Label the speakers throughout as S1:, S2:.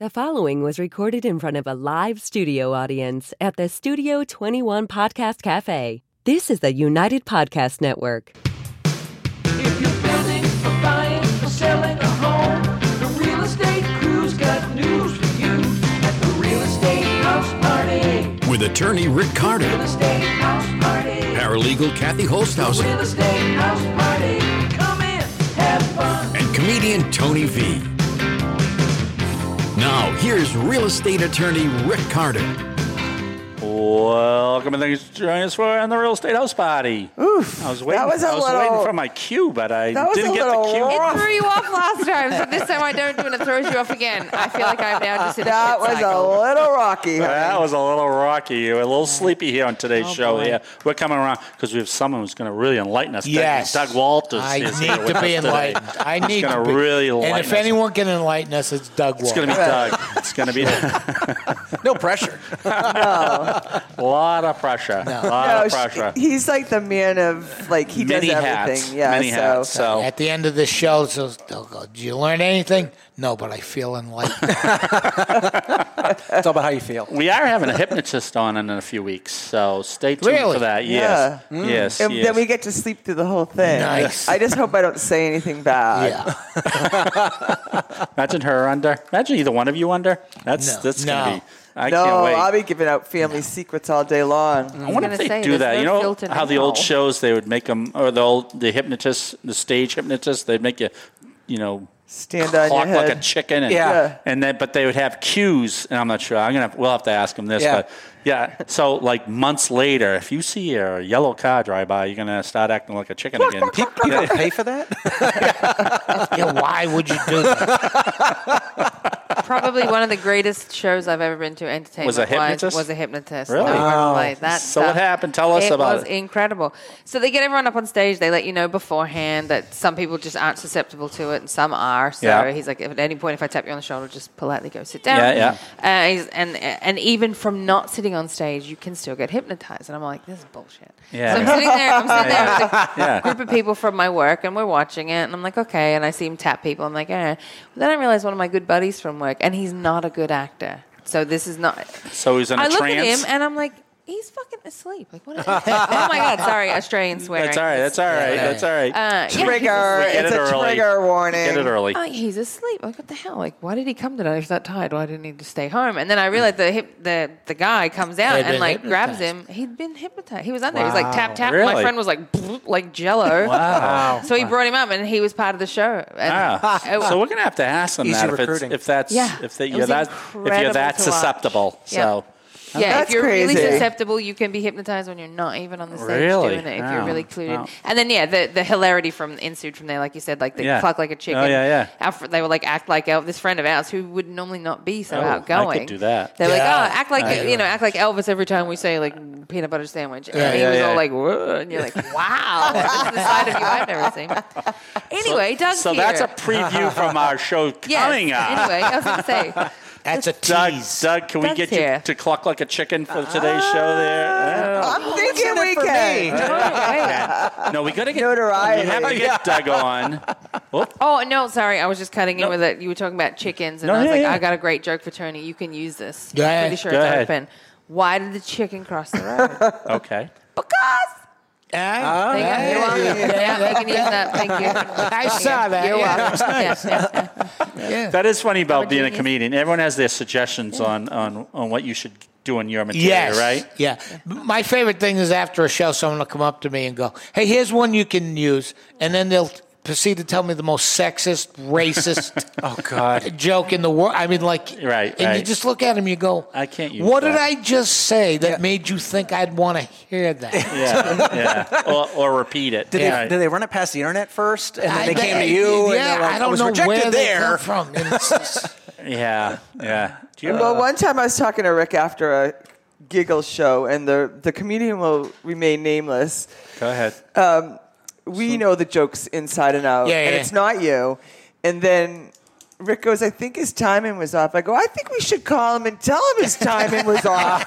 S1: The following was recorded in front of a live studio audience at the Studio 21 Podcast Cafe. This is the United Podcast Network.
S2: If you're building or buying or selling a home, the real estate crew's got news for you at the Real Estate House Party.
S3: with attorney Rick
S2: Real
S3: Carter,
S2: Estate House Party.
S3: paralegal Kathy Holsthausen,
S2: Real Estate House Party. Come in, have fun.
S3: and comedian Tony V. Now, here's real estate attorney Rick Carter.
S4: Welcome and thanks for joining us for on the Real Estate House Party. Oof, I was waiting.
S5: that was a
S4: I was
S5: little-
S4: waiting for my cue, but I
S5: That was
S4: didn't
S5: a
S4: get the
S5: little
S4: cue.
S5: raw.
S6: It threw you off last time, so this time I don't do it. It throws you off again. I feel like I'm now just in a
S5: That
S6: shit
S5: was a
S6: cycle.
S5: little rocky. honey.
S4: That was a little rocky. You're a little sleepy here on today's
S5: Oh,
S4: show. Here we're coming around because we have someone who's going to really enlighten us. Doug-
S7: Yes.
S4: Doug Walters.
S7: I
S4: is here
S7: need
S4: with
S7: to be
S4: us today.
S7: enlightened. I
S4: He's
S7: need
S4: gonna
S7: to be.
S4: really
S7: And
S4: enlighten
S7: if
S4: us.
S7: anyone can enlighten us, it's Doug Walker.
S4: It's going to be Doug. It's going to be a
S7: no pressure.
S4: lot of pressure. A lot
S5: No,
S4: of
S5: she-
S4: pressure.
S5: he's like the man of like he
S4: Many
S5: does
S4: hats.
S5: everything. Yeah,
S4: Many
S5: so
S4: hats. So
S7: At the end of the show, so they'll go, "Did you learn anything?" No, but I feel enlightened.
S8: It's all about how you feel.
S4: We are having a hypnotist on in a few weeks, so stay tuned
S7: Really?
S4: for that. Yes, yes,
S5: and
S4: yes.
S5: then we get to sleep through the whole thing.
S7: Nice.
S5: I just hope I don't say anything bad.
S7: yeah.
S4: Imagine her under. Imagine either one of you under. That's
S7: No.
S4: that's gonna
S7: No.
S4: be. I
S5: No,
S4: can't wait. Mm.
S5: I'll be giving out family secrets all day long.
S4: I wonder
S6: gonna
S4: if they
S6: say,
S4: do
S6: there's
S4: that.
S6: no
S4: You know
S6: filter
S4: how the old
S6: now.
S4: shows they would make them, or the old the hypnotists, the stage hypnotists, they'd make you, you know,
S5: Stand on your
S4: clock
S5: head.
S4: like a chicken. And,
S8: Yeah. Yeah.
S4: And then, but they would have cues, and I'm not sure. I'm gonna have, we'll have to ask them this,
S8: Yeah.
S4: but yeah. So like months later, if you see a yellow car drive by, you're gonna start acting like a chicken again.
S8: People, people pay for that?
S7: yeah. Why would you do that?
S6: Probably one of the greatest shows I've ever been to. Entertainment
S4: hypnotist?
S6: Was a hypnotist.
S4: Really?
S6: No,
S4: Wow.
S6: really. That
S4: So what
S6: stuff-
S4: happened? Tell us about
S6: was
S4: it.
S6: incredible. So they get everyone up on stage. They let you know beforehand that some people just aren't susceptible to it and some are. So
S4: Yeah.
S6: he's like, if at any point, if I tap you on the shoulder, just politely go sit down.
S4: Yeah,
S6: Uh, he's, and and even from not sitting on stage, you can still get hypnotized. And I'm like, this is bullshit.
S4: Yeah.
S6: So I'm sitting there. I'm sitting there. with a
S4: Yeah.
S6: Group of people from my work, and we're watching it, and I'm like, okay. And I see him tap people. I'm like, eh. But then I realize one of my good buddies from work, and he's not a good actor. So this is not.
S4: So he's in a
S6: I look at
S4: trance.
S6: him, and I'm like. He's fucking asleep. Like what? Is oh my god! Sorry, Australian swearing.
S4: That's all right. That's all right. That's all right.
S6: Uh, yeah, he's
S5: Trigger.
S4: Get
S5: It's
S4: it
S5: a
S4: early.
S5: trigger warning.
S4: Get it early.
S6: Oh, he's asleep. Like, what the hell? Like, why did he come tonight? He's not tired. Why didn't he just stay home? And then I realized the hip, the the guy comes out
S7: They'd
S6: and
S7: been
S6: like grabs him.
S7: hypnotized.
S6: He'd been hypnotized. He was under. He was like tap tap.
S4: Really?
S6: My friend was like "Bloop," like Jello.
S4: Wow.
S6: So he brought him up, and he was part of the show. And
S4: Ah,
S6: it-
S4: so we're gonna have to ask them
S8: Oh, Easy
S4: that if, it's,
S8: recruiting.
S4: if that's
S6: Yeah.
S4: if that
S6: It
S4: you're
S6: was
S4: that if you're
S6: incredible
S4: that
S6: to
S4: susceptible.
S6: watch. Yeah.
S4: So
S6: Yeah,
S5: That's
S6: if you're
S5: crazy.
S6: really susceptible, you can be hypnotized when you're not even on the stage
S4: Really?
S6: doing it. If
S4: Wow.
S6: you're really clued
S4: Wow.
S6: in, and then yeah, the, the hilarity from ensued from there, like you said, like the
S4: Yeah.
S6: clock like a chicken.
S4: Oh, yeah, yeah.
S6: Our fr- they were like act like El- this friend of ours who would normally not be so
S4: Oh, I could
S6: outgoing.
S4: do that.
S6: They're like,
S7: Yeah.
S6: oh, act like
S7: Yeah.
S6: you know, act like Elvis every time we say like peanut butter sandwich. And
S7: Yeah,
S6: he
S7: yeah,
S6: was
S4: yeah.
S6: all like, Whoa, and you're like, wow, this is the side of you I've never seen. Anyway, Doug's
S4: so
S6: here.
S4: that's a preview from our show
S6: yes.
S4: coming up.
S6: Anyway, I was gonna say.
S7: That's a
S4: Doug,
S7: tease.
S4: Doug, can
S6: Doug's
S4: we get
S6: here. Oh.
S4: you to cluck like a chicken for today's show? There.
S5: I'm thinking we
S8: for
S5: can.
S8: me.
S4: Uh, No, we gotta get.
S5: Notoriety.
S4: We have to get Doug on.
S6: Oh no, sorry, I was just cutting in
S4: No.
S6: with it. You were talking about chickens, and
S4: No,
S6: I was
S4: yeah,
S6: like,
S4: yeah.
S6: I got a great joke for Tony. You can use this.
S7: Go ahead.
S6: I'm pretty sure
S4: Go
S6: it's
S4: ahead.
S6: open. Why did the chicken cross the road?
S4: Okay.
S6: because.
S7: Ah,
S6: There you go. You're welcome.
S7: yeah,
S6: Yeah,
S7: that-
S6: you can use that. Thank you.
S7: I saw that.
S6: You're
S7: yeah.
S6: welcome. Yeah, yeah.
S7: Yeah.
S4: That is funny about being a
S6: genius.
S4: comedian. Everyone has their suggestions on, on on what you should do in your material,
S7: Yes.
S4: right?
S7: Yeah. My favorite thing is after a show, someone will come up to me and go, "Hey, here's one you can use," and then they'll proceed to tell me the most sexist, racist.
S8: Oh, God.
S7: joke in the world. I mean, like,
S4: Right,
S7: And you
S4: right.
S7: just look at him, you go,
S4: I can't use
S7: What
S4: that."
S7: did I just say that made you think I'd want to hear that?
S4: Yeah, yeah. Or, or repeat it.
S8: Did,
S4: yeah.
S8: they, did they run it past the internet first, and then
S7: I-
S8: they came to you?
S7: Yeah,
S8: and they're like,
S7: I don't
S8: was
S7: know
S8: rejected
S7: where they
S8: there.
S7: come from. And it's just-
S4: yeah, yeah. Do you
S5: Well, one time I was talking to Rick after a giggle show, and the, the comedian will remain nameless.
S4: go ahead?
S5: we know the jokes inside and out,
S7: Yeah,
S5: and
S7: yeah.
S5: it's not you. And then Rick goes, I think his timing was off. I go, I think we should call him and tell him his timing was off.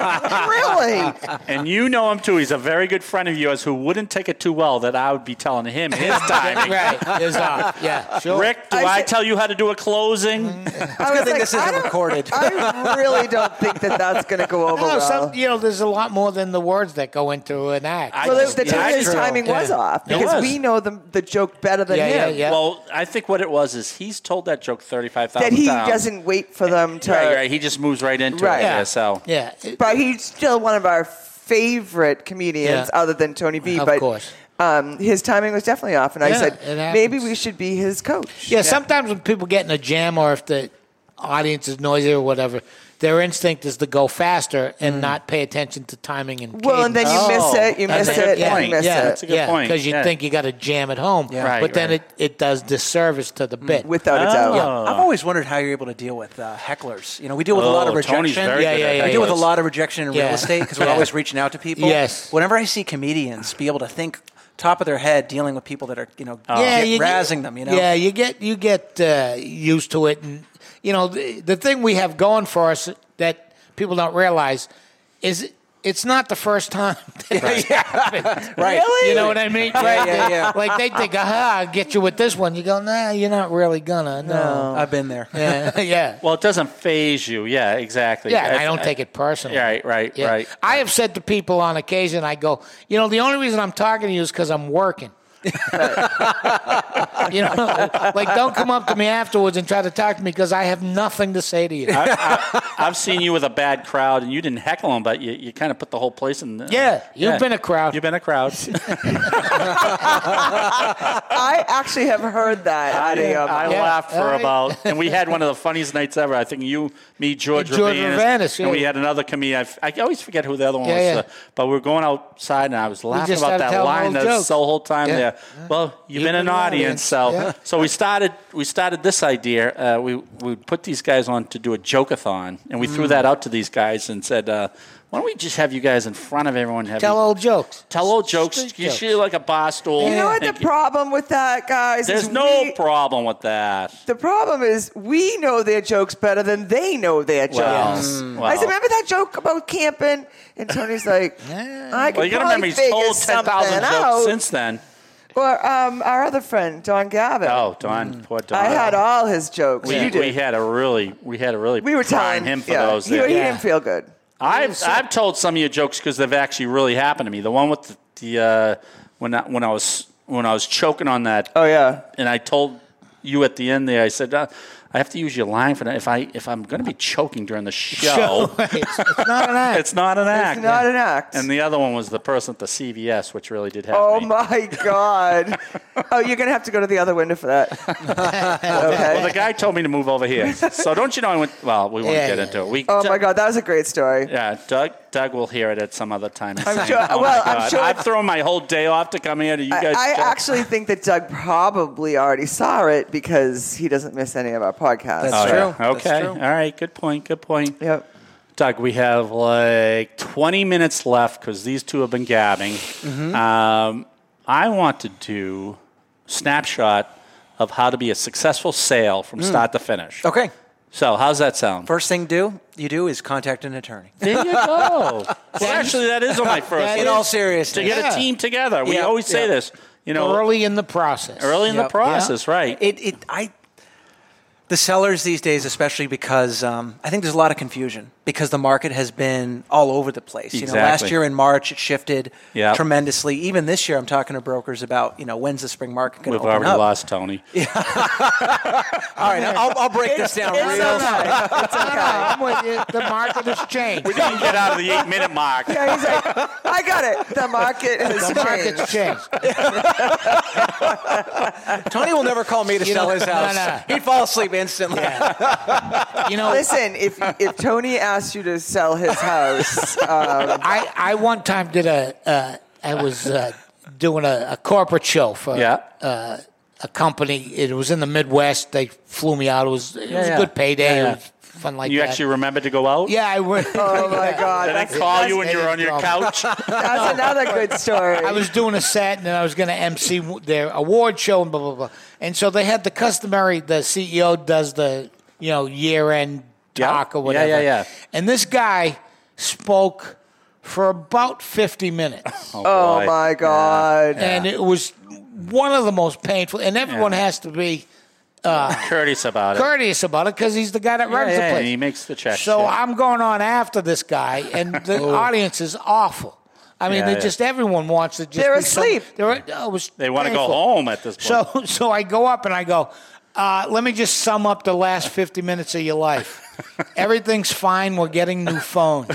S5: really?
S4: And you know him too. He's a very good friend of yours who wouldn't take it too well that I would be telling him his timing.
S7: right. Is off. Yeah. Sure. Mm-hmm.
S4: Rick, do I,
S5: I said-
S4: tell you how to do a closing?
S5: I
S8: good
S5: was
S8: thing this
S5: I
S8: isn't
S5: don't-
S8: recorded.
S5: I really don't think that that's going to go over
S7: No,
S5: well.
S7: some, you know, there's a lot more than the words that go into an act.
S4: I-
S5: well, the, the
S4: Yeah,
S5: timing- his
S4: true.
S5: timing was
S7: Yeah.
S5: off
S4: It
S5: because
S4: was.
S5: we know the, the joke better than
S7: Yeah,
S5: him.
S7: yeah, yeah.
S4: Well, I think what it was is he's told that joke 35,000
S5: That
S4: times.
S5: he doesn't wait for them to.
S4: Right, right. He just moves right into
S5: Right.
S4: it.
S5: Yeah.
S4: Yeah. So
S7: um, yeah. It-
S5: But he's still one of our favorite comedians,
S7: Yeah.
S5: other than Tony B.
S7: Of
S5: but
S7: course.
S5: Um, his timing was definitely off, and I
S7: Yeah, it
S5: said
S7: happens.
S5: maybe we should be his coach.
S7: yeah, Sometimes when people get in a jam or if the audience is noisy or whatever, their instinct is to go faster and not pay attention to timing and.
S5: Well, and then you
S7: cadence.
S5: miss
S4: Oh,
S5: it, you
S4: that's
S5: miss
S4: a good
S5: it, you
S4: point.
S5: miss
S7: yeah,
S5: it
S4: That's a good point.
S7: Because you
S4: Yeah.
S7: think you got to jam at home,
S4: Right,
S7: but then
S4: right.
S7: it, it does disservice to the bit.
S5: without a doubt.
S8: I've always wondered how you're able to deal with uh, hecklers. You know, we deal with a lot of
S4: Oh,
S8: rejection.
S4: Tony's very
S7: Yeah,
S4: good
S7: yeah,
S4: at
S7: yeah,
S8: I
S4: that.
S8: deal with a lot of rejection in
S7: Yeah.
S8: real estate because we're
S7: Yeah.
S8: always reaching out to people.
S7: Yes.
S8: Whenever I see comedians be able to think top of their head, dealing with people that are you know
S7: Oh.
S8: get- uh, razzing them, you know.
S7: Yeah, you get you get uh, used to it, and you know the, the thing we have going for us that people don't realize is it's not the first time. that it's happened.
S8: Right. Really?
S7: You know what I mean? right.
S8: yeah, yeah.
S7: Like they think, aha, I'll get you with this one. You go, nah, you're not really gonna. No.
S8: I've been there.
S7: Yeah. yeah.
S4: Well, it doesn't phase you. Yeah, exactly.
S7: Yeah, I
S4: It's-
S7: don't take it personally.
S4: Right, right,
S7: Yeah.
S4: right.
S7: I have said to people on occasion, I go, you know, the only reason I'm talking to you is because I'm working. you know, like don't come up to me afterwards and try to talk to me because I have nothing to say to you.
S4: I've seen you with a bad crowd, and you didn't heckle them, but you, you kind of put the whole place in. The,
S7: Yeah, you've been a crowd.
S4: You've been a crowd.
S5: I actually have heard that.
S4: I,
S5: out of you.
S4: I
S7: Yeah,
S4: laughed for
S7: all right.
S4: about, and we had one of the funniest nights ever. I think you, me, George,
S7: George Ravenis, yeah.
S4: and we had another comedian. I f- I, always forget who the other one
S7: Yeah, yeah.
S4: was, uh, but we were going outside, and I was laughing
S7: just
S4: about
S7: started
S4: that
S7: telling
S4: line
S7: old
S4: the
S7: jokes.
S4: so whole time
S7: Yeah.
S4: there. Well, you've, been, an audience, so
S7: Yeah.
S4: so we started we started this idea. Uh, we we would put these guys on to do a jokeathon, and we
S7: Mm.
S4: threw that out to these guys and said. Uh, why don't we just have you guys in front of everyone? Have
S7: Tell
S4: you-
S7: old jokes.
S4: Tell old jokes.
S7: Street
S4: You
S7: jokes.
S4: see, like a bar stool.
S5: you know what the
S4: Thank you.
S5: problem with that, guys?
S4: There's
S5: is
S4: no
S5: we-
S4: problem with that.
S5: The problem is we know their jokes better than they know their jokes.
S4: Well, mm,
S5: I said,
S4: well.
S5: remember that joke about camping? And Tony's like, I can
S4: Well, you got to remember
S5: probably
S4: he's
S5: figure
S4: told ten
S5: something
S4: thousand jokes
S5: out.
S4: since then.
S5: Or um, our other friend, Don Gavin.
S4: Oh, Don, poor Don.
S5: I had all his jokes.
S4: we,
S5: you did.
S4: we had a really, we had a really.
S5: We were
S4: prime
S5: telling
S4: him for
S5: yeah,
S4: those.
S5: He,
S4: there.
S5: he didn't feel good.
S4: I've I've told some of your jokes because they've actually really happened to me. The one with the, the uh, when I, when I was when I was choking on that.
S5: Oh yeah.
S4: and I told you at the end there. I said. Uh, I have to use your line for that. If I if I'm going to be choking during the show,
S7: it's, it's not an act.
S4: it's not an act.
S5: It's not an act.
S4: And the other one was the person at the CVS, which really did have
S5: Oh
S4: me.
S5: my God! oh, you're gonna have to go to the other window for that.
S4: Well,
S5: okay.
S4: the guy told me to move over here. So don't you know I went? Well, we won't
S7: Yeah,
S4: get
S7: yeah,
S4: into it. We,
S5: Oh my God, that was a great story.
S4: Yeah, Doug. Doug will hear it at some other time. and
S5: I'm
S4: say,
S5: sure-
S4: "Oh my
S5: well, I'm
S4: God,
S5: sure-
S4: I've thrown my whole day off to come here to you guys.
S5: I, I
S4: joke."
S5: actually think that Doug probably already saw it because he doesn't miss any of our podcasts.
S8: That's
S4: Oh, Yeah,
S8: true. That's
S4: Okay.
S8: true.
S4: All right. Good point. Good point.
S5: Yep.
S4: Doug, we have like 20 minutes left because these two have been gabbing.
S5: Mm-hmm.
S4: Um, I want to do snapshot of how to be a successful sale from
S5: Hmm.
S4: start to finish.
S8: Okay.
S4: So how's that sound?
S8: First thing do you do is contact an attorney.
S4: There you go. well, actually, that is on my first.
S7: Oh. That
S4: list.
S8: In all
S4: to
S8: seriousness,
S4: get
S7: Yeah.
S4: a team together. We
S8: Yeah,
S4: always say
S8: yeah.
S4: this, you know, early,
S7: Early in the process.
S4: in
S8: Yep.
S4: the process, right?
S8: It, it, I, the sellers these days, especially because um, I think there's a lot of confusion because the market has been all over the place. You know, last
S4: Exactly.
S8: year in March it shifted
S4: Yep.
S8: tremendously. Even this year, I'm talking to brokers about you know when's the spring market going
S4: We've
S8: to open
S4: already
S8: up.
S4: lost Tony.
S8: All right, I'll, I'll break this down
S5: It's
S8: real.
S5: okay. It's
S7: No, no,
S5: okay.
S7: I'm with you. The market has changed.
S4: We didn't get out of the eight minute mark.
S5: Yeah, he's like, I got it. The market has
S7: The
S5: changed.
S7: market's changed.
S8: Tony will never call me to
S7: You
S8: sell
S7: know-
S8: his
S7: no,
S8: house.
S7: no.
S8: He'd fall asleep instantly.
S7: You know,
S5: Listen, if if Tony asked you to sell his house, um,
S7: I, I one time did a uh, I was uh, doing a, a corporate show for
S4: Yeah.
S7: uh, a company. It was in the Midwest. They flew me out. It was it was
S4: yeah.
S7: a good payday.
S4: Yeah, yeah.
S7: It was fun like
S4: You
S7: that.
S4: actually remembered to go out?
S7: yeah, I went.
S5: oh my God,
S4: Did I
S5: that's,
S4: call you when
S7: that's-
S4: you were on your couch?
S5: that's another good story.
S7: I was doing a set, and then I was going to MC w- their award show, and blah blah blah. And so they had the customary. The CEO E does the you know, year end
S4: Yeah.
S7: talk or
S4: Yeah,
S7: whatever.
S4: yeah, yeah.
S7: And this guy spoke for about 50 minutes.
S5: Oh,
S4: boy.
S5: my God.
S7: And it was one of the most painful. And everyone
S4: Yeah.
S7: has to be
S4: Courteous about it.
S7: courteous about it because he's the guy that runs
S4: yeah,
S7: the place.
S4: and he makes the check.
S7: So
S4: yeah.
S7: I'm going on after this guy, and the audience is awful. I mean,
S4: Yeah,
S7: they
S4: yeah.
S7: just everyone wants to just.
S5: They're
S7: be so-
S5: asleep.
S7: they're, oh, it was
S4: They want to go
S7: painful.
S4: home at this point.
S7: So, so I go up and I go, uh, let me just sum up the last 50 minutes of your life. Everything's fine. We're getting new phones.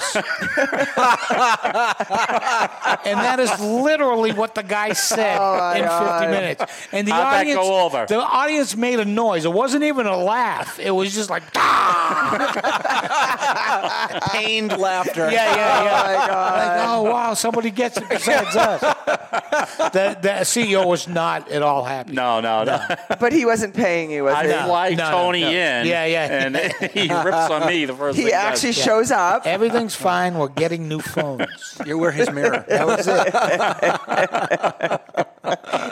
S7: and that is literally what the guy said
S5: my
S7: in 50
S5: God.
S7: minutes. And the
S4: How'd that
S7: audience,
S4: go over?
S7: the audience made a noise. It wasn't even a laugh. It was just like, "Ah!"
S8: Pained laughter.
S7: yeah,
S5: Oh,
S7: yeah, yeah.
S5: my God.
S7: Like, oh wow, somebody gets it besides us. The, the CEO was not at all happy.
S4: no, no, no.
S5: But he wasn't paying you, was
S4: I
S5: he?
S4: fly
S7: no,
S4: Tony
S7: no.
S4: in.
S7: Yeah, yeah.
S4: And he rips on me the first thing
S5: He actually shows up.
S7: Everything's fine. We're getting new phones.
S8: You were his mirror.
S7: That was it.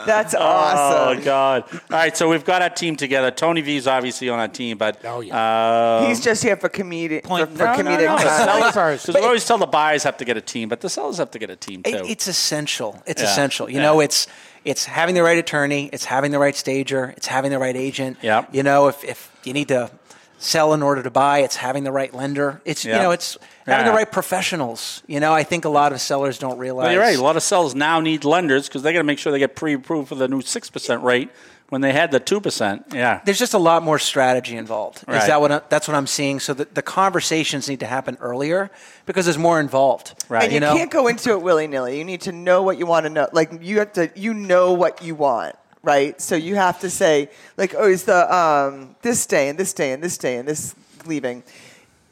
S5: That's
S4: Oh
S5: awesome.
S4: God! All right, so we've got our team together. Tony V's obviously on our team, but
S7: Oh,
S4: yeah,
S5: He's just here for comedic
S7: Point-
S5: for, for
S7: No, no,
S5: comedic.
S7: no,
S5: value.
S7: sell it.
S4: because we always tell the buyers have to get a team, but the sellers have to get a team too.
S8: It- it's essential. It's
S4: Yeah.
S8: essential. You
S4: Yeah.
S8: know, it's it's having the right attorney. It's having the right stager. It's having the right agent.
S4: Yep.
S8: You know, if if you need to sell in order to buy, it's having the right lender. It's
S4: Yep.
S8: you know, it's having
S4: Yeah.
S8: the right professionals. You know, I think a lot of sellers don't realize.
S4: Well, you're right. A lot of sellers now need lenders because they got to make sure they get pre-approved for the new six percent rate when they had the two percent. Yeah,
S8: There's just a lot more strategy involved.
S4: Right.
S8: Is that what I, that's what I'm seeing? So the, the conversations need to happen earlier because there's more involved.
S4: Right.
S5: And you,
S8: You know.
S5: can't go into it willy nilly. You need to know what you want to know. Like you have to, you know what you want, right? So you have to say, like, oh, is the um, this day and this day and this day and this leaving?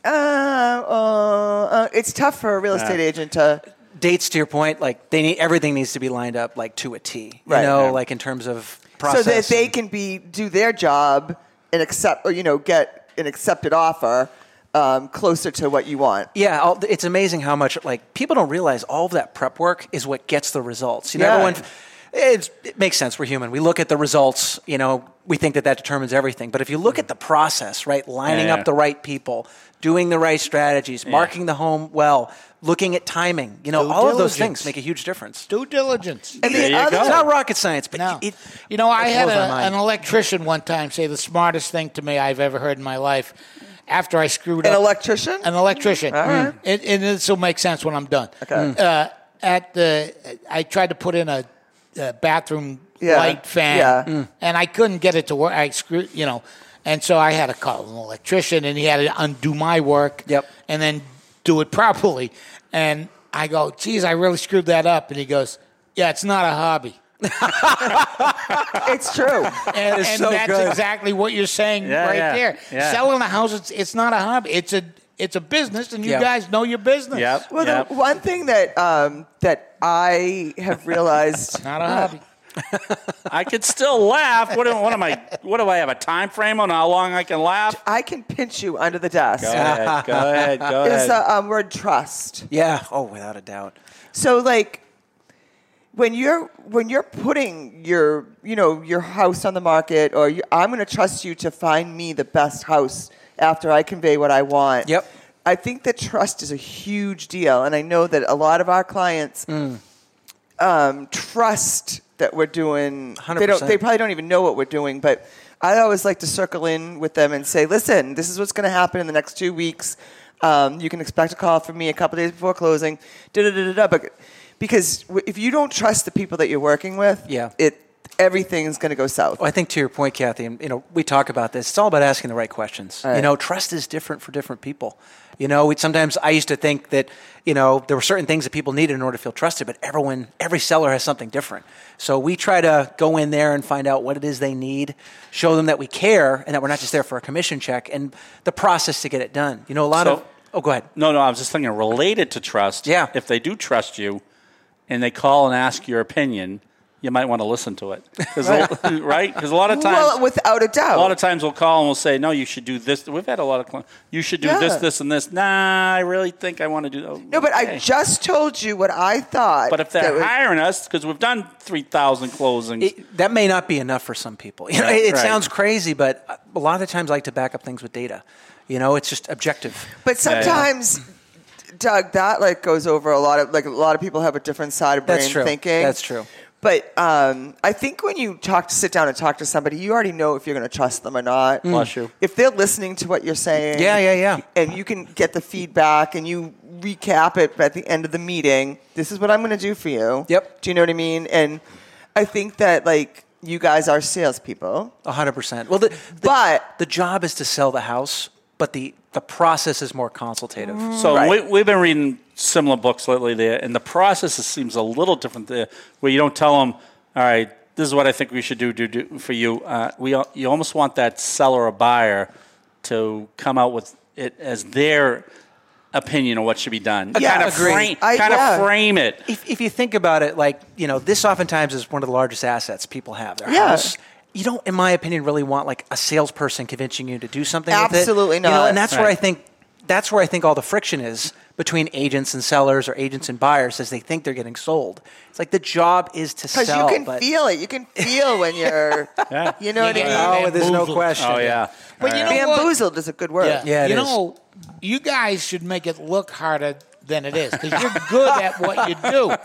S5: Uh, uh, uh, it's tough for a real estate agent to.
S8: dates to your point, like they need everything needs to be lined up like to a T.
S5: Right.
S8: You know,
S5: Yeah.
S8: like in terms of process.
S5: so that they
S8: and-
S5: can be do their job and accept or you know get an accepted offer um, closer to what you want
S8: Yeah, all, it's amazing how much like people don't realize all of that prep work is what gets the results. You know,
S5: Yeah.
S8: everyone. It's, it makes sense. We're human. We look at the results. You know, we think that that determines everything. But if you
S7: Mm-hmm.
S8: look at the process, right, lining
S4: Yeah.
S8: up the right people, doing the right strategies, marking the home well, looking at timing, you know,
S7: Due
S8: all of those
S7: diligence.
S8: things make a huge difference.
S7: Due diligence.
S5: and
S4: There
S5: the
S4: you
S5: other
S4: go.
S8: It's not rocket science, but
S7: No.
S8: it,
S7: you know, I
S8: it
S7: had
S8: blows my
S7: a,
S8: mind.
S7: an electrician one time say the smartest thing to me I've ever heard in my life after I screwed
S5: an
S7: up.
S5: electrician
S7: an electrician. Mm. It, and this will make sense when I'm done. Okay. Uh, at the, I tried to put in a, uh bathroom
S5: Yeah.
S7: light fan, mm.
S5: Yeah.
S7: and I couldn't get it to work. I screwed, you know, and so I had to call an electrician, and he had to undo my work.
S8: Yep.
S7: And then do it properly. And I go, geez, I really screwed that up. And he goes, yeah, it's not a hobby.
S5: it's true
S7: And,
S8: is
S7: and
S8: so
S7: that's
S8: good.
S7: exactly what you're saying
S4: Yeah,
S7: right
S4: yeah,
S7: there.
S4: yeah.
S7: Selling a house, it's, it's not a hobby. It's a it's a business, and you
S8: Yeah.
S7: guys know your business.
S4: yep,
S5: well
S4: yep.
S5: the one thing that um, that i have realized
S7: Not a hobby.
S4: I could still laugh. What, am- what am I? What do I have a time frame on how long I can laugh?
S5: i can pinch you under the desk
S4: Go ahead. Go ahead. Go
S5: is
S4: ahead.
S5: the um, word trust
S8: yeah. Oh, without a doubt.
S5: so like when you're when you're putting your you know your house on the market or you, i'm going to trust you to find me the best house after i convey what i want
S8: Yep.
S5: i think that trust is a huge deal and i know that a lot of our clients um, trust that we're doing they don't they
S8: 100%.
S5: probably don't even know what we're doing but i always like to circle in with them and say listen this is what's going to happen in the next two weeks um, you can expect a call from me a couple days before closing da, da, da, da, da. But- because w- if you don't trust the people that you're working with
S8: Yeah.
S5: it everything's going to go south
S8: Well, I think to your point, Kathy, and you know, we talk about this. It's all about asking the right questions. You
S5: Right.
S8: know, trust is different for different people. You know, we, sometimes I used to think that you know there were certain things that people needed in order to feel trusted, but everyone, every seller has something different. So we try to go in there and find out what it is they need, show them that we care, and that we're not just there for a commission check and the process to get it done. You know, a lot
S4: So-
S8: of oh, go ahead.
S4: No, no, I was just thinking related to trust.
S8: Yeah.
S4: If they do trust you and they call and ask your opinion, you might want to listen to it, 'Cause a- right? Because a lot of times,
S5: well, without a doubt.
S4: a lot of times we'll call and we'll say, "No, you should do this." We've had a lot of clients. You should do this,
S5: Yeah.
S4: this, and this. Nah, I really think I want to do that.
S5: no, but I just told you what I thought.
S4: But if they're
S5: that was-
S4: hiring us, because we've done three thousand closings,
S8: It, that may not be enough for some people. You know,
S4: Right,
S8: it, it
S4: right.
S8: sounds crazy, but a lot of times I like to back up things with data. You know, it's just objective.
S5: But
S4: yeah.
S5: sometimes, Doug, that like goes over a lot of like a lot of people have a different side of brain
S8: That's true.
S5: thinking.
S8: That's true.
S5: But um, I think when you talk to sit down and talk to somebody, you already know if you're going to trust them or not.
S4: Bless you.
S5: If they're listening to what you're saying,
S8: Mm. Yeah, yeah, yeah.
S5: and you can get the feedback and you recap it at the end of the meeting. This is what I'm going to do for you.
S8: Yep.
S5: Do you know what I mean? And I think that like you guys are salespeople.
S8: A hundred percent. Well, the, the,
S5: But-
S8: the job is to sell the house, but the the process is more consultative.
S4: So
S5: Right.
S4: we, we've been reading similar books lately there, and the process is- seems a little different there, where you don't tell them, all right, this is what I think we should do, do, do for you. Uh, we, al- you almost want that seller or buyer to come out with it as their opinion of what should be done.
S5: Yeah,
S4: kind of
S5: agreed.
S4: frame,
S5: I-
S4: kind
S5: yeah.
S4: of frame it.
S8: If, if you think about it, like you know, this oftentimes is one of the largest assets people have. Their
S5: Yeah.
S8: house. You don't, in my opinion, really want like a salesperson convincing you to do something. with it.
S5: Absolutely
S8: You know,
S5: not.
S8: and that's where
S4: Right.
S8: I think that's where I think all the friction is between agents and sellers or agents and buyers as they think they're getting sold. It's like the job is to
S5: Because
S8: sell.
S5: you can
S8: but
S5: feel it. You can feel when you're, you know what I mean?
S8: Oh, there's no
S7: Bamboozled.
S8: question.
S4: Oh, yeah.
S7: But you know what?
S5: Bamboozled is a good word.
S8: Yeah, it
S7: you
S8: is.
S7: know, you guys should make it look harder than it is because you're good at what you do.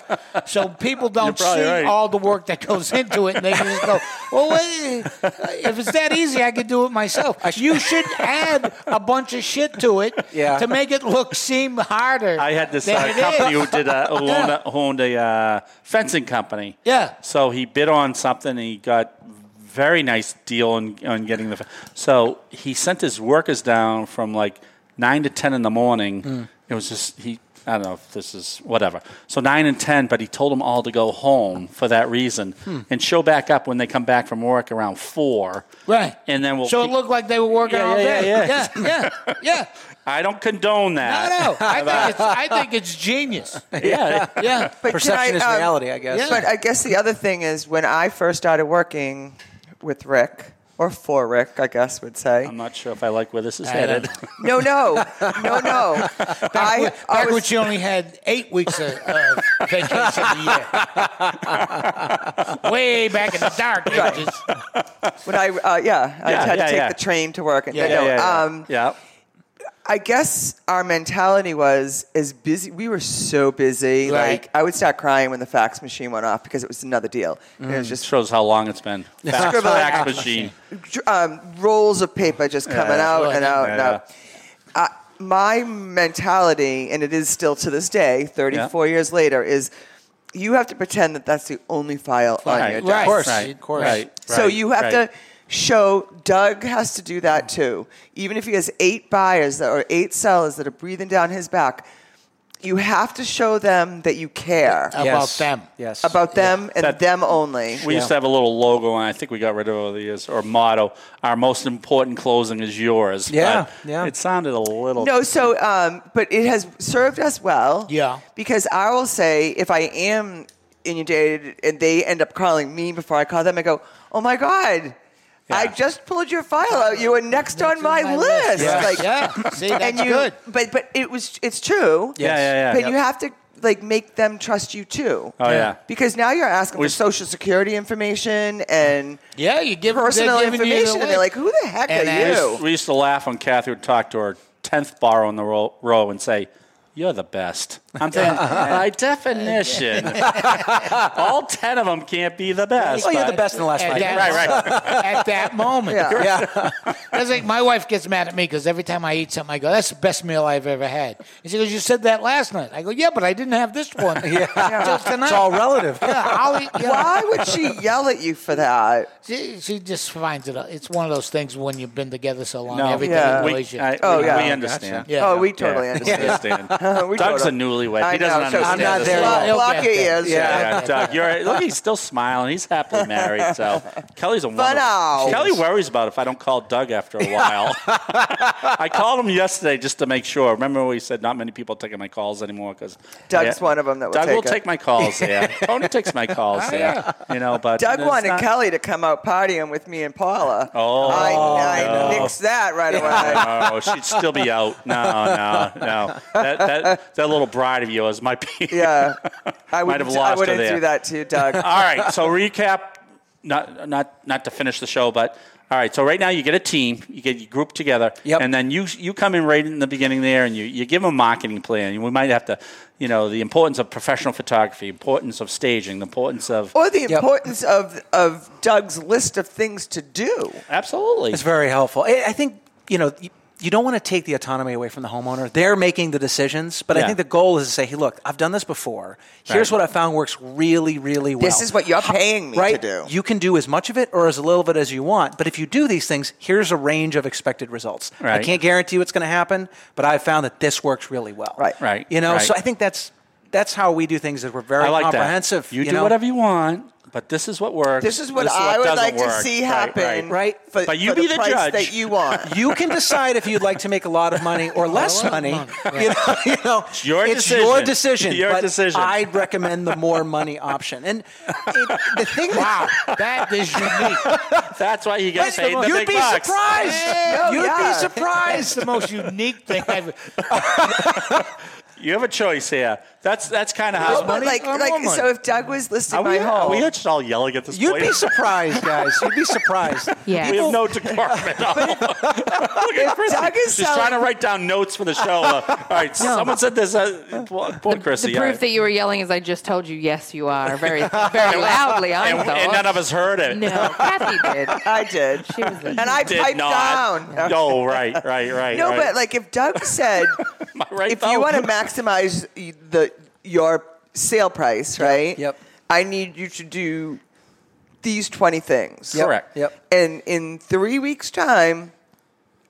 S7: So people don't see
S4: probably right.
S7: all the work that goes into it, and they can just go, "Well, wait, if it's that easy, I could do it myself." You should add a bunch of shit to it
S8: Yeah.
S7: to make it look seem harder.
S4: I had this
S7: than
S4: uh,
S7: it
S4: company
S7: is.
S4: who did a, who owned a, who owned a uh, fencing company.
S7: Yeah.
S4: So he bid on something and he got very nice deal on, on getting the. fe- So he sent his workers down from like nine to ten in the morning.
S7: Mm.
S4: It was just he. I don't know if this is whatever. So nine and ten, but he told them all to go home for that reason
S7: Hmm.
S4: and show back up when they come back from work around four.
S7: Right.
S4: And then we'll.
S7: so
S4: keep-
S7: it looked like they were working
S4: Yeah,
S7: all
S4: yeah,
S7: day.
S4: yeah,
S7: yeah, yeah. yeah.
S4: I don't condone
S7: I
S4: that.
S7: know. I think it's I think it's genius.
S4: Yeah.
S7: Yeah.
S5: But can
S8: Perception is
S5: um,
S8: reality, I guess.
S7: yeah.
S5: But I guess the other thing is when I first started working with Rick, or for Rick, I guess would say.
S4: I'm not sure if I like where this is
S7: don't
S4: headed.
S7: know.
S5: no, no, no, no.
S7: Back,
S5: I,
S7: when-
S5: I
S7: back when
S5: was,
S7: she only had eight weeks of, of vacation a year. Way back in the dark ages.
S5: when I, uh, yeah, I
S4: Yeah,
S5: had
S4: yeah,
S5: to take
S4: yeah.
S5: the train to work. And
S7: Yeah,
S5: no,
S4: yeah,
S5: no,
S4: yeah, yeah.
S5: Um,
S4: yeah.
S5: I guess our mentality was as busy. We were so busy.
S7: Right.
S5: Like I would start crying when the fax machine went off because it was another deal. And it was just
S4: shows how long it's been. Fax,
S5: Scribbling.
S4: fax machine.
S5: um, rolls of paper just coming out
S7: sure.
S5: and out and
S4: Yeah.
S5: out. Uh, my mentality, and it is still to this day, 34 years later, is you have to pretend that that's the only file on
S4: Right,
S5: your
S4: of
S5: desk.
S7: Right.
S8: course.
S4: Right,
S8: Of course.
S4: Right,
S5: So
S4: right,
S5: you have
S4: right.
S5: to show Doug has to do that too. Even if he has eight buyers that, or eight sellers that are breathing down his back, you have to show them that you care
S7: About
S8: Yes.
S7: them.
S8: Yes.
S5: about them and
S4: Uh, That-
S5: them only.
S4: We used to have a little logo, and I think we got rid of it over the years, or motto: "Our most important closing is yours."
S8: Yeah,
S4: But
S8: yeah.
S4: It sounded a little.
S5: No, so um, but it has served us well.
S7: Yeah.
S5: Because I will say if I am inundated and they end up calling me before I call them, I go, Oh my God, I
S4: Yeah.
S5: just pulled your file out. You were next on my, list.
S7: Yeah.
S5: Like
S7: yeah. See, that's
S5: and you
S7: good.
S5: but but it was it's true.
S4: Yeah, yeah, yeah.
S5: But you have to like make them trust you too.
S4: Oh, yeah.
S5: Because now you're asking
S4: We-
S5: for social security information and
S7: Yeah, you give they're
S5: personal
S7: giving you the
S5: information and they're like,
S7: link.
S5: Who the heck
S7: And
S5: are
S7: ask-
S5: you?
S4: we used to laugh when Kathy would talk to her tenth bar on the row, row and say. You're the best. I'm saying, by definition, all ten of them can't be the best.
S8: Well, you're
S4: but-
S8: Oh, the best in the
S5: "Oh,
S8: last
S7: At
S8: five.
S7: that,
S8: years.
S7: at that moment.
S5: Yeah.
S7: That's like my wife gets mad at me because every time I eat something, I go, "That's the best meal I've ever had." And she goes, "You said that last night." I go, "Yeah, but I didn't have this one until tonight."
S8: It's all relative.
S7: yeah, I'll eat. yeah.
S5: Why would she yell at you for that?
S7: She, she just finds it. uh, It's one of those things when you've been together so long,
S4: No,
S7: everything
S5: Yeah.
S7: annoys
S4: we,
S7: you.
S4: I-
S5: Oh,
S4: we,
S5: yeah.
S4: we understand.
S7: Yeah.
S5: Oh, we totally
S4: Yeah, we
S5: understand.
S4: understand.
S5: We
S4: Doug's
S5: go
S4: a
S5: to-
S4: newlywed.
S5: I
S4: He doesn't
S5: know, so
S4: understand
S8: I'm not
S4: this
S8: there
S4: at all.
S8: yet.
S5: Block, block
S7: He'll get
S5: your
S7: there.
S5: ears.
S4: Yeah, Doug, you're right. Look, he's still smiling. He's happily married. So Kelly's a
S5: now.
S4: wonderful. Kelly worries about if I don't call Doug after a while. I called him yesterday just to make sure. Remember we said not many people taking my calls anymore because
S5: Doug's one of 'em that will
S4: Doug
S5: take
S4: will
S5: it. Oh,
S4: take my calls. Yeah, Tony takes my calls. Yeah, you know, but
S5: Doug
S4: it's
S5: wanted
S4: not-
S5: Kelly to come out partying with me and Paula.
S4: Oh,
S5: I, I
S4: no.
S5: nixed that right away.
S4: No, Oh, she'd still be out. No, no, no. That, that that little bride of yours might be.
S5: Yeah, I
S4: Might have
S5: wouldn't.
S4: lost
S5: I
S4: her
S5: wouldn't
S4: there.
S5: do that to you, Doug.
S4: all right. So recap, not not not to finish the show, but all right. So right now you get a team, you get you group together,
S8: Yep.
S4: and then you you come in right in the beginning there, and you you give them a marketing plan. We might have to, you know, the importance of professional photography, importance of staging, the importance of
S5: or the
S8: Yep.
S5: importance of of Doug's list of things to do.
S4: absolutely.
S8: It's very helpful. I I think you know you- you don't want to take the autonomy away from the homeowner. They're making the decisions, but I
S4: Yeah.
S8: think the goal is to say, "Hey, look, I've done this before. Here's
S4: Right.
S8: what I found works really, really well.
S5: This is what you're paying me
S8: right?
S5: to do.
S8: You can do as much of it or as little of it as you want, but if you do these things, here's a range of expected results. I
S4: Right.
S8: can't guarantee what's going to happen, but I found that this works really well.
S5: Right.
S4: Right.
S8: You know,
S4: Right.
S8: so I think that's that's how we do things. That we're very
S4: I like
S8: comprehensive.
S4: that. You, do
S8: know?
S4: whatever you want, but this is what works.
S5: this is what I would
S4: doesn't
S5: like to
S4: work.
S5: see
S4: Right,
S5: happen.
S8: right.
S5: For,
S4: But you
S5: for
S4: be
S5: the
S4: the
S5: price
S4: judge.
S5: that you want.
S8: you can decide if you'd like to make a lot of money or less money. You know, you know it's
S4: your
S8: your
S4: decision.
S8: decision.
S4: Your
S8: but
S4: decision.
S8: I'd recommend the more money option. And it, the thing
S7: Wow, that is unique.
S4: That's why you
S8: But
S4: get paid the
S8: you'd
S4: big
S8: be
S4: bucks.
S8: surprised.
S5: Oh,
S8: you'd
S5: yeah.
S8: be
S7: It's
S8: surprised.
S7: the most unique thing I've.
S4: You have a choice here. That's that's kind of how.
S5: But like,
S7: or
S5: like,
S7: more money?
S5: so if Doug was listing
S4: Are
S5: my
S4: we, are
S5: home,
S4: we just all yelling at this
S8: You'd
S4: point?
S8: be surprised, guys. You'd be surprised.
S6: Yeah.
S4: We have no department. Look at Chrissy.
S5: Doug is
S4: She's
S5: selling-
S4: trying to write down notes for the show. Uh, all right, someone said this. Uh, poor- poor Chrissy.
S6: The
S4: all
S6: proof
S4: right.
S6: that you were yelling is I just told you, yes, you are. Very, very loudly, I
S4: and,
S6: thought.
S4: and none of us heard it.
S6: No, Kathy did.
S5: I did.
S6: She was the-
S5: and I
S4: Did
S5: piped
S4: not.
S5: down.
S4: No, right, right, right.
S5: No,
S4: right.
S5: but like if Doug said,
S4: Am I right,
S5: if you
S4: though?
S5: want to maximize y- the your sale price, right?
S8: yep.
S5: I need you to do these twenty things.
S4: Correct.
S8: Yep.
S5: And in three weeks' time,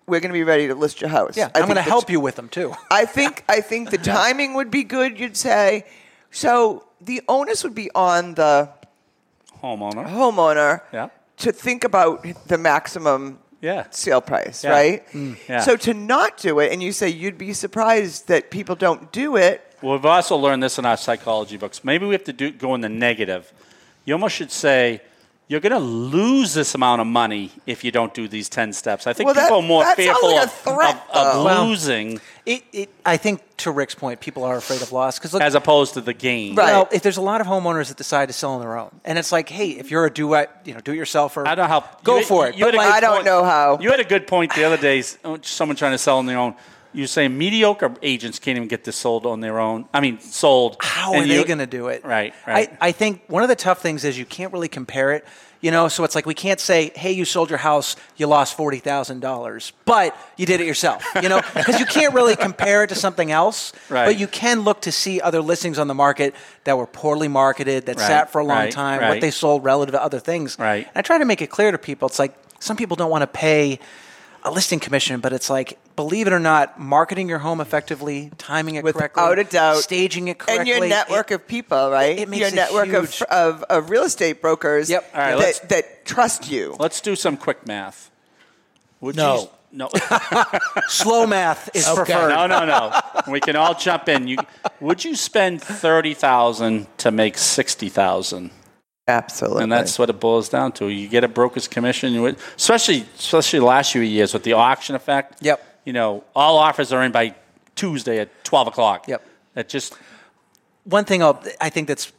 S5: we're going to be ready to list your house.
S8: Yeah,
S5: I
S8: I'm
S5: think
S8: going to
S5: that's-
S8: help you with them too.
S5: I think I think the timing would be good. You'd say so. The onus would be on the
S4: homeowner.
S5: homeowner
S4: Yeah.
S5: to think about the maximum
S4: Yeah.
S5: sale price,
S4: Yeah. Mm.
S5: right?
S4: Yeah.
S5: So to not do it, and you say you'd be surprised that people don't do it.
S4: Well, we've also learned this in our psychology books. Maybe we have to do, go in the negative. You almost should say, you're going to lose this amount of money if you don't do these 10 steps. I think
S5: Well, that-
S4: people are more
S5: that sounds
S4: fearful
S5: like a
S4: of,
S5: threat,
S4: of- of
S5: though.
S8: Well-
S4: losing
S8: It, it, I think to Rick's point, people are afraid of loss because look,
S4: as opposed to the gain.
S5: Right.
S8: Well, if there's a lot of homeowners that decide to sell on their own, and it's like, hey, if you're a do it, you know, do it yourself or
S4: I don't know how.
S8: Go
S4: you-
S8: for it.
S4: you had
S8: But
S4: a
S8: like,
S4: good
S5: I don't
S4: point-
S5: know how.
S4: You had a good point the other day. s- uh, Someone trying to sell on their own. You say mediocre agents can't even get this sold on their own. I mean, sold.
S8: how
S4: And
S8: are
S4: you-
S8: they going to do it?
S4: Right. Right.
S8: I, I think one of the tough things is you can't really compare it. You know, so it's like we can't say, "Hey, you sold your house, you lost forty thousand dollars, but you did it yourself." You know, because you can't really compare it to something else.
S4: Right.
S8: But you can look to see other listings on the market that were poorly marketed, that
S4: Right,
S8: sat for a long
S4: right,
S8: time, what
S4: right.
S8: they sold relative to other things.
S4: Right.
S8: And I try to make it clear to people. It's like some people don't want to pay a listing commission, but it's like, believe it or not, marketing your home effectively, timing it correctly,
S5: Without a doubt.
S8: staging it correctly,
S5: And your network
S8: it-
S5: of people, right?
S8: it makes
S5: your
S8: a
S5: network
S8: huge-
S5: of, of of real estate brokers
S8: Yep. All
S4: right, let's-
S5: that, that trust you.
S4: Let's do some quick math. Would you
S7: No.
S4: s- no.
S8: slow math is preferred.
S4: no. No. No. We can all jump in. You, would you spend thirty thousand to make sixty thousand?
S5: Absolutely.
S4: And that's what it boils down to. You get a broker's commission, you would- especially especially last few years with the auction effect.
S8: Yep.
S4: You know, all offers are in by Tuesday at twelve o'clock.
S8: Yep.
S4: That just
S8: One thing I'll, I think that's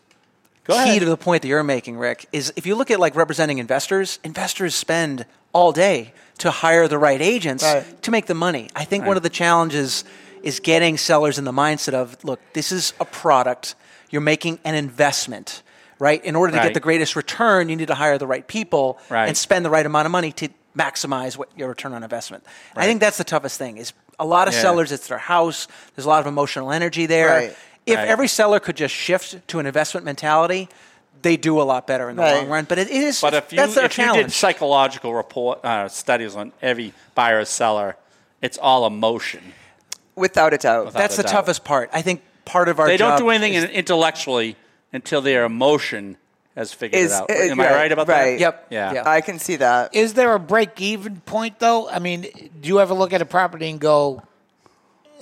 S4: Go
S8: key
S4: ahead.
S8: to the point that you're making, Rick, is if you look at like representing investors, investors spend all day to hire the right agents
S5: Right.
S8: to make the money. I think one of the challenges is getting sellers in the mindset of, look, this is a product. You're making an investment, right? In order to get
S4: Right.
S8: the greatest return, you need to hire the right people
S4: Right.
S8: and spend the right amount of money to maximize what your return on investment. I think that's the toughest thing. Is a lot of
S4: Yeah.
S8: sellers, it's their house. There's a lot of emotional energy there.
S5: Right.
S8: If
S4: Right.
S8: every seller could just shift to an investment mentality, they do a lot better in the
S5: Right.
S8: long run. But it is
S4: But if you,
S8: that's their
S4: if you
S8: challenge.
S4: did psychological report uh, studies on every buyer or seller, it's all emotion.
S5: without a doubt.
S4: Without-
S8: That's
S4: a
S8: the
S4: doubt.
S8: toughest part. I think part of our
S4: They don't
S8: job
S4: do anything
S8: is-
S4: intellectually until their emotion has figured
S5: Is-
S4: it out.
S5: uh,
S4: Am
S5: right,
S4: I right about
S5: right.
S4: that?
S8: Yep.
S4: Yeah.
S8: Yeah.
S5: I can see that.
S7: Is there a break even point though? I mean, do you ever look at a property and go,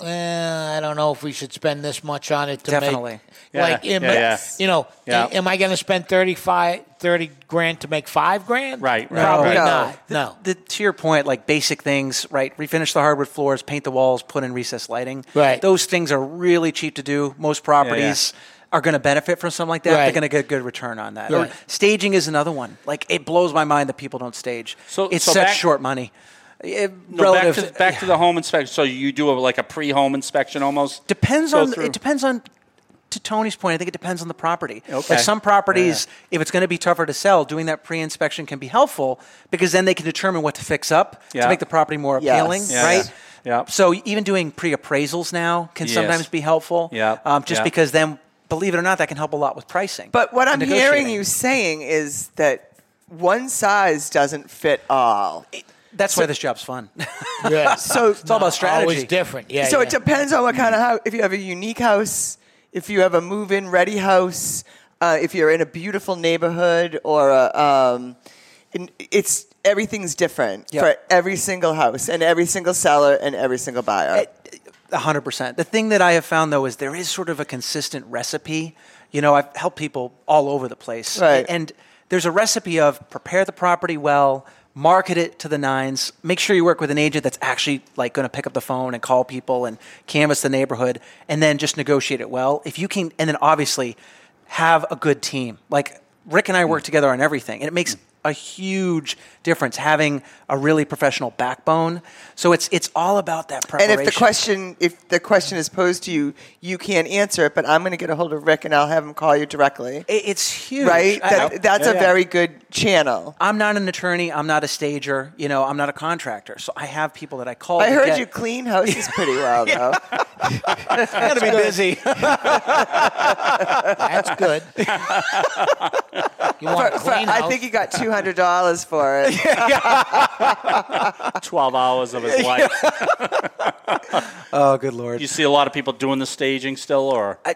S7: eh, I don't know if we should spend this much on it to
S8: Definitely.
S7: make
S4: Yeah,
S7: like am,
S4: yeah, yeah.
S7: you know,
S4: Yeah.
S7: am I going to spend 35 30 grand to make 5 grand?
S4: Right, right,
S7: Probably
S4: right.
S5: No.
S7: not. No.
S8: The, to your point, like basic things, right? Refinish the hardwood floors, paint the walls, put in recessed lighting.
S7: Right.
S8: Those things are really cheap to do. Most properties are going to benefit from something like that. They're
S7: Right.
S8: going to get a good return on that.
S7: Right.
S8: Or staging is another one. Like it blows my mind that people don't stage.
S4: So-
S8: it's
S4: so
S8: such
S4: back-
S8: short money. It,
S4: No, back to,
S8: relative-
S4: back to the home inspection. So you do a, like a pre-home inspection almost.
S8: Depends
S4: Go
S8: on
S4: through.
S8: it depends on to Tony's point, I think it depends on the property.
S4: Okay.
S8: Like some properties, if it's going to be tougher to sell, doing that pre-inspection can be helpful because then they can determine what to fix up
S4: Yeah.
S8: to make the property more
S5: Yes.
S8: appealing,
S5: Yeah,
S8: right?
S4: yeah. Yeah.
S8: So even doing pre-appraisals now can
S4: Yes.
S8: sometimes be helpful.
S4: Yeah.
S8: Um, just
S4: Yeah.
S8: because then, believe it or not, that can help a lot with pricing.
S5: But what I'm
S8: and
S5: hearing
S8: negotiating.
S5: you saying is that one size doesn't fit all.
S8: that's why this job's fun.
S7: Yeah.
S5: So
S8: It's all about
S7: Always
S8: strategy.
S7: different. Yeah.
S5: so it
S7: yeah.
S5: depends on what kind of house. If you have a unique house, if you have a move-in ready house, uh, if you're in a beautiful neighborhood, or a, um, in- it's everything's different
S8: Yep.
S5: for every single house and every single seller and every single buyer.
S8: A hundred percent. The thing that I have found though is there is sort of a consistent recipe. You know, I've helped people all over the place,
S5: Right.
S8: And there's a recipe of prepare the property well, market it to the nines, make sure you work with an agent that's actually like going to pick up the phone and call people and canvass the neighborhood, and then just negotiate it well. If you can, and then obviously have a good team. Like Rick and I
S5: Hmm.
S8: work together on everything, and it makes a huge difference having a really professional backbone. So it's it's all about that
S5: and
S8: preparation.
S5: if the question if the question is posed to you, you can't answer it. But I'm going to get a hold of Rick and I'll have him call you directly.
S8: It- It's huge,
S5: Right?
S8: I-
S5: That, that's a very good channel.
S8: I'm not an attorney. I'm not a stager. You know, I'm not a contractor. So I have people that I call.
S5: I
S8: to
S5: heard
S8: get-
S5: you clean houses pretty well, though.
S8: I gotta be busy.
S7: That's good. you want a
S5: For-
S7: clean
S5: I
S7: house?
S5: think he got two hundred dollars for it.
S4: Twelve hours of his life.
S8: oh, good lord.
S4: You see a lot of people doing the staging still, or
S8: I,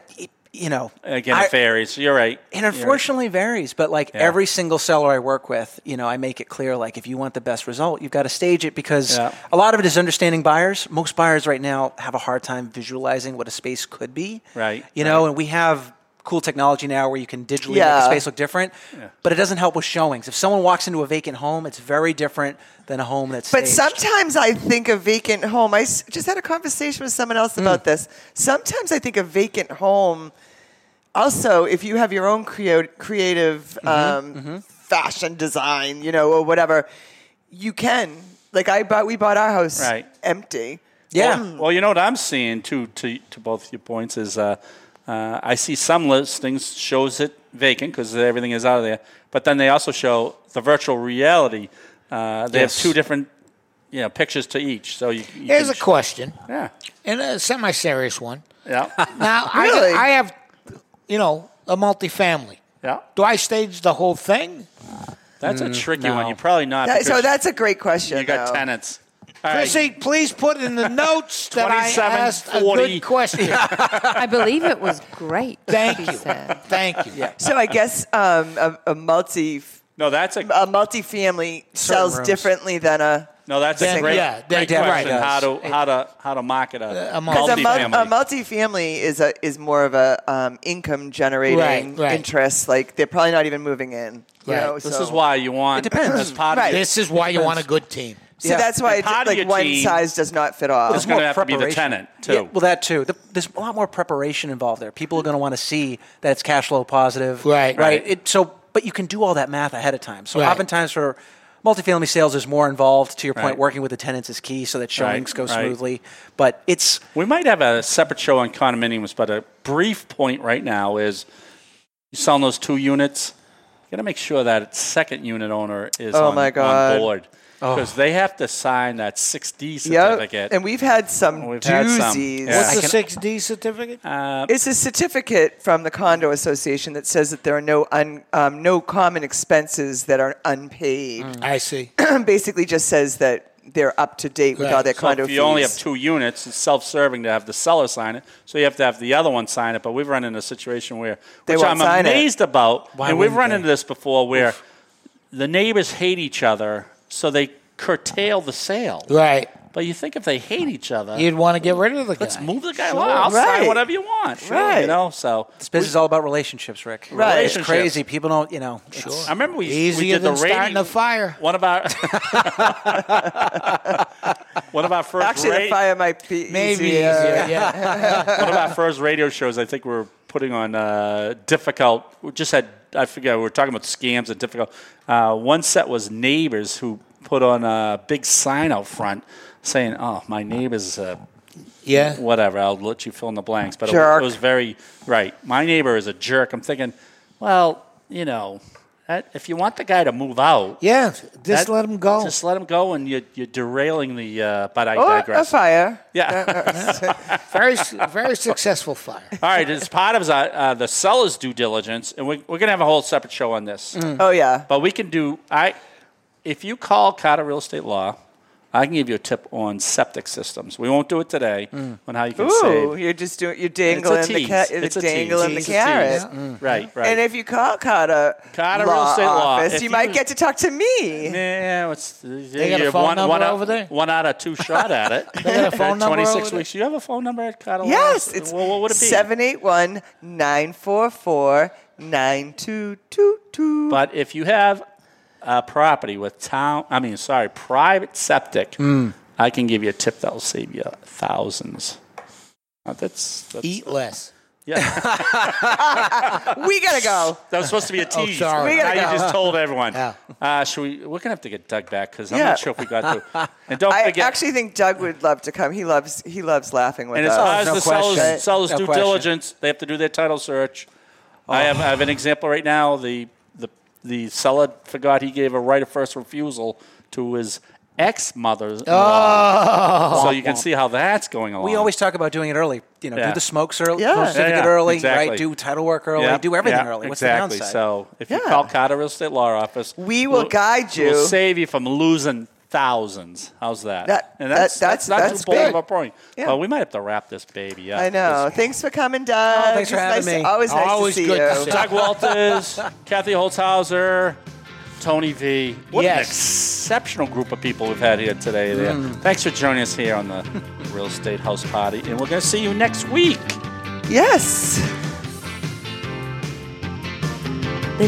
S8: you know,
S4: again,
S8: I-
S4: it varies. You're right.
S8: It
S4: You're right.
S8: unfortunately varies, but like
S4: Yeah.
S8: every single seller I work with, you know, I make it clear like if you want the best result, you've got to stage it because
S4: Yeah.
S8: a lot of it is understanding buyers. Most buyers right now have a hard time visualizing what a space could be.
S4: Right,
S8: You know,
S4: right.
S8: and we have cool technology now where you can digitally make
S5: Yeah.
S8: a space look different, but it doesn't help with showings. If someone walks into a vacant home, it's very different than a home that's
S5: But
S8: staged.
S5: sometimes I think a vacant home. I s- just had a conversation with someone
S4: Hmm.
S5: else about this. Sometimes I think a vacant home. Also, if you have your own creo- creative
S4: Mm-hmm,
S5: um, fashion design, you know, or whatever, you can. Like I bought, we bought our house
S4: Right.
S5: empty.
S8: yeah.
S4: Well, you know what I'm seeing too, to to both your points is uh, uh, I see some listings shows it vacant because everything is out of there, but then they also show the virtual reality. Uh, they
S8: Yes.
S4: have two different you know pictures to each, so you, you
S7: Here's
S4: can
S7: a
S4: sh-
S7: question,
S4: Yeah,
S7: and a semi-serious one.
S4: yeah,
S7: Now,
S5: Really?
S7: I, I have, you know, a multifamily.
S4: yeah.
S7: Do I stage the whole thing?
S4: That's a tricky
S8: no.
S4: one. You're probably not.
S5: That- so
S4: because
S5: that's a great question.
S4: you got
S5: though.
S4: tenants. All right.
S7: Chrissy, please put in the notes that I
S4: 27,
S7: asked a
S4: 40.
S7: good question.
S6: I believe it was great.
S7: Thank
S6: she
S7: you.
S6: said.
S7: Thank you.
S5: So I guess um, a, a multi
S4: No, that's a
S5: a multifamily sells
S8: rooms.
S5: differently than a
S4: no, that's a
S7: Then,
S4: great,
S7: yeah,
S4: great
S7: that- right.
S4: question. How to how to how to market a,
S7: A multi-
S5: Because a,
S4: multifamily?
S5: mul- a multifamily is a is more of a um, income generating
S7: Right, right.
S5: interest. Like they're probably not even moving in. You
S7: Right.
S5: know,
S4: this
S5: so.
S4: is why you want.
S8: It depends.
S4: As part
S5: Right.
S4: of your
S7: This is why you want a good team.
S5: So
S8: yeah.
S5: that's why
S4: And
S5: it's
S4: part of
S5: like
S4: your
S5: one
S4: team-
S5: size does not fit all.
S4: It's gonna
S8: more
S4: have to be the
S8: preparation.
S4: tenant, too.
S8: well, that too. The, there's a lot more preparation involved there. People are going to want to see that it's cash flow positive,
S7: Right.
S8: Right. It, so, but you can do all that math ahead of time. So,
S7: Right.
S8: oftentimes for multifamily sales is more involved. To your point,
S4: Right.
S8: working with the tenants is key, so that showings go
S4: right.
S8: smoothly. But it's
S4: We might have a separate show on condominiums, but a brief point right now is you selling those two units. You got to make sure that second unit owner is
S5: Oh
S4: on,
S5: my
S4: on
S5: God. Oh.
S4: board because they have to sign that 6D
S5: Yep.
S4: certificate.
S5: And we've had some
S4: We've had some.
S5: doozies.
S4: Yeah.
S7: What's
S4: I
S7: the
S4: can- Uh,
S7: six D certificate?
S5: It's a certificate from the condo association that says that there are no un, um,
S4: Mm.
S5: no common expenses that are unpaid.
S7: I see.
S5: basically just says that they're up to date with
S7: Right.
S5: all their
S4: So if
S5: condo
S4: you
S5: fees.
S4: only have two units, it's self-serving to have the seller sign it. So you have to have the other one sign it. But we've run into a situation where,
S5: They
S4: which
S5: won't
S4: I'm
S5: sign it.
S4: amazed about,
S8: Why
S4: and we've
S8: wouldn't
S4: run
S8: they?
S4: into this before, where the neighbors hate each other, so they curtail the sale.
S7: Right.
S4: But you think if they hate each other,
S7: You'd want to get rid of the guy.
S4: let's move the guy along. I'll sign
S5: Right.
S4: whatever you want.
S5: Right.
S4: You know. So
S8: This business is all about relationships, Rick.
S5: Right.
S8: It's crazy. People don't, you know. it's-
S4: I remember we we
S7: Easier
S4: did the
S7: than
S4: rating.
S7: starting a fire.
S4: One of our one of our first
S5: Actually, the
S4: ra-
S5: fire E might be
S7: Maybe
S5: easier.
S7: easier, yeah.
S4: one of our first radio shows. I think we were putting on uh, difficult. We just had I forget. We were talking about scams and difficult. Uh, one set was neighbors who put on a big sign out front saying, "Oh, my neighbor's uh,
S7: Yeah.
S4: whatever." I'll let you fill in the blanks. But it,
S5: Jerk.
S4: was very right. My neighbor is a jerk. I'm thinking, well, you know, that, if you want the guy to move out.
S7: Yeah. Just
S4: That-
S7: let him go.
S4: Just let him go, and you're, you're derailing the. Uh, but I
S5: Or Oh, a
S4: digress.
S5: fire.
S4: Yeah.
S7: very, su- very successful fire.
S4: All right. It's part of uh, uh, the seller's due diligence, and we, we're going to have a whole separate show on this.
S5: Oh yeah.
S4: But we can do. I, if you call Cotta Real Estate Law, I can give you a tip on septic systems. We won't do it today on how you can
S5: Ooh,
S4: save.
S5: you're just doing. You're
S4: It's a
S5: dangling the
S4: tease.
S5: cat.
S4: It's a
S5: dangling the
S4: tease.
S5: carrot.
S4: It's a tease. Right. Right.
S5: And if you call Carter,
S4: Carter
S5: law
S4: Real Estate Law,
S5: office,
S4: if
S5: you,
S4: you-
S5: might get to talk to me.
S4: yeah, what's they
S7: got a phone number
S4: one
S7: over
S4: out,
S7: there?
S4: One out of two shot at it.
S7: They got a phone number
S4: Twenty
S7: over
S4: six
S7: there?
S4: weeks. Do you have a phone number at Cotta? Law?
S5: Yes, it's
S4: Well, what would it be?
S5: 781 944 9222.
S4: But if you have a property with town, I mean, sorry, private septic, I can give you a tip that will save you thousands. Uh, that's, that's
S7: Eat less.
S4: yeah.
S5: We gotta go.
S4: that was supposed to be a tease.
S7: sorry.
S5: We
S4: Now
S5: gotta
S4: you
S5: go.
S4: just told everyone.
S7: Yeah.
S4: Uh, should we? We're gonna have to get Doug back because I'm
S5: Yeah.
S4: not sure if we got to. And don't
S5: I
S4: forget.
S5: actually think Doug would love to come. He loves he loves laughing with
S4: and as
S5: us.
S4: far as
S8: no
S4: the
S8: question.
S4: sellers, sellers
S8: No
S4: due
S8: question.
S4: diligence, they have to do their title search. I have I have an example right now. The the the seller forgot he gave a right of first refusal to his ex mother's
S8: Oh.
S4: So you can see how that's going along.
S8: We always talk about doing it early. You know,
S4: Yeah.
S8: do the smokes early,
S5: Yeah.
S8: yeah. certificate
S4: Yeah, yeah,
S8: early,
S4: exactly.
S8: right? Do title work early,
S4: Yeah,
S8: do everything
S4: yeah,
S8: early. What's
S4: exactly.
S8: the downside?
S4: So if you
S5: Yeah.
S4: call Cotta Real Estate Law Office,
S5: We will guide you.
S4: We'll save you from losing thousands. How's that?
S5: That-
S4: and
S5: that-
S4: that's
S5: that's-
S4: not
S5: that's
S4: too bold
S5: big.
S4: of a point.
S5: Yeah.
S4: Well, we might have to wrap this baby up.
S5: I know.
S4: This-
S5: Thanks for coming, Doug.
S8: thanks for
S5: It's
S8: having
S5: nice to-
S8: me.
S5: always nice
S7: Always
S5: to see
S7: good
S5: you.
S7: to see you.
S4: Doug Walters, Kathy Holzhauser, Tony V. What an
S7: Yes.
S4: exceptional group of people we've had here today. There. Thanks for joining us here on the Real Estate House Party, and we're going to see you next week.
S5: Yes.
S1: The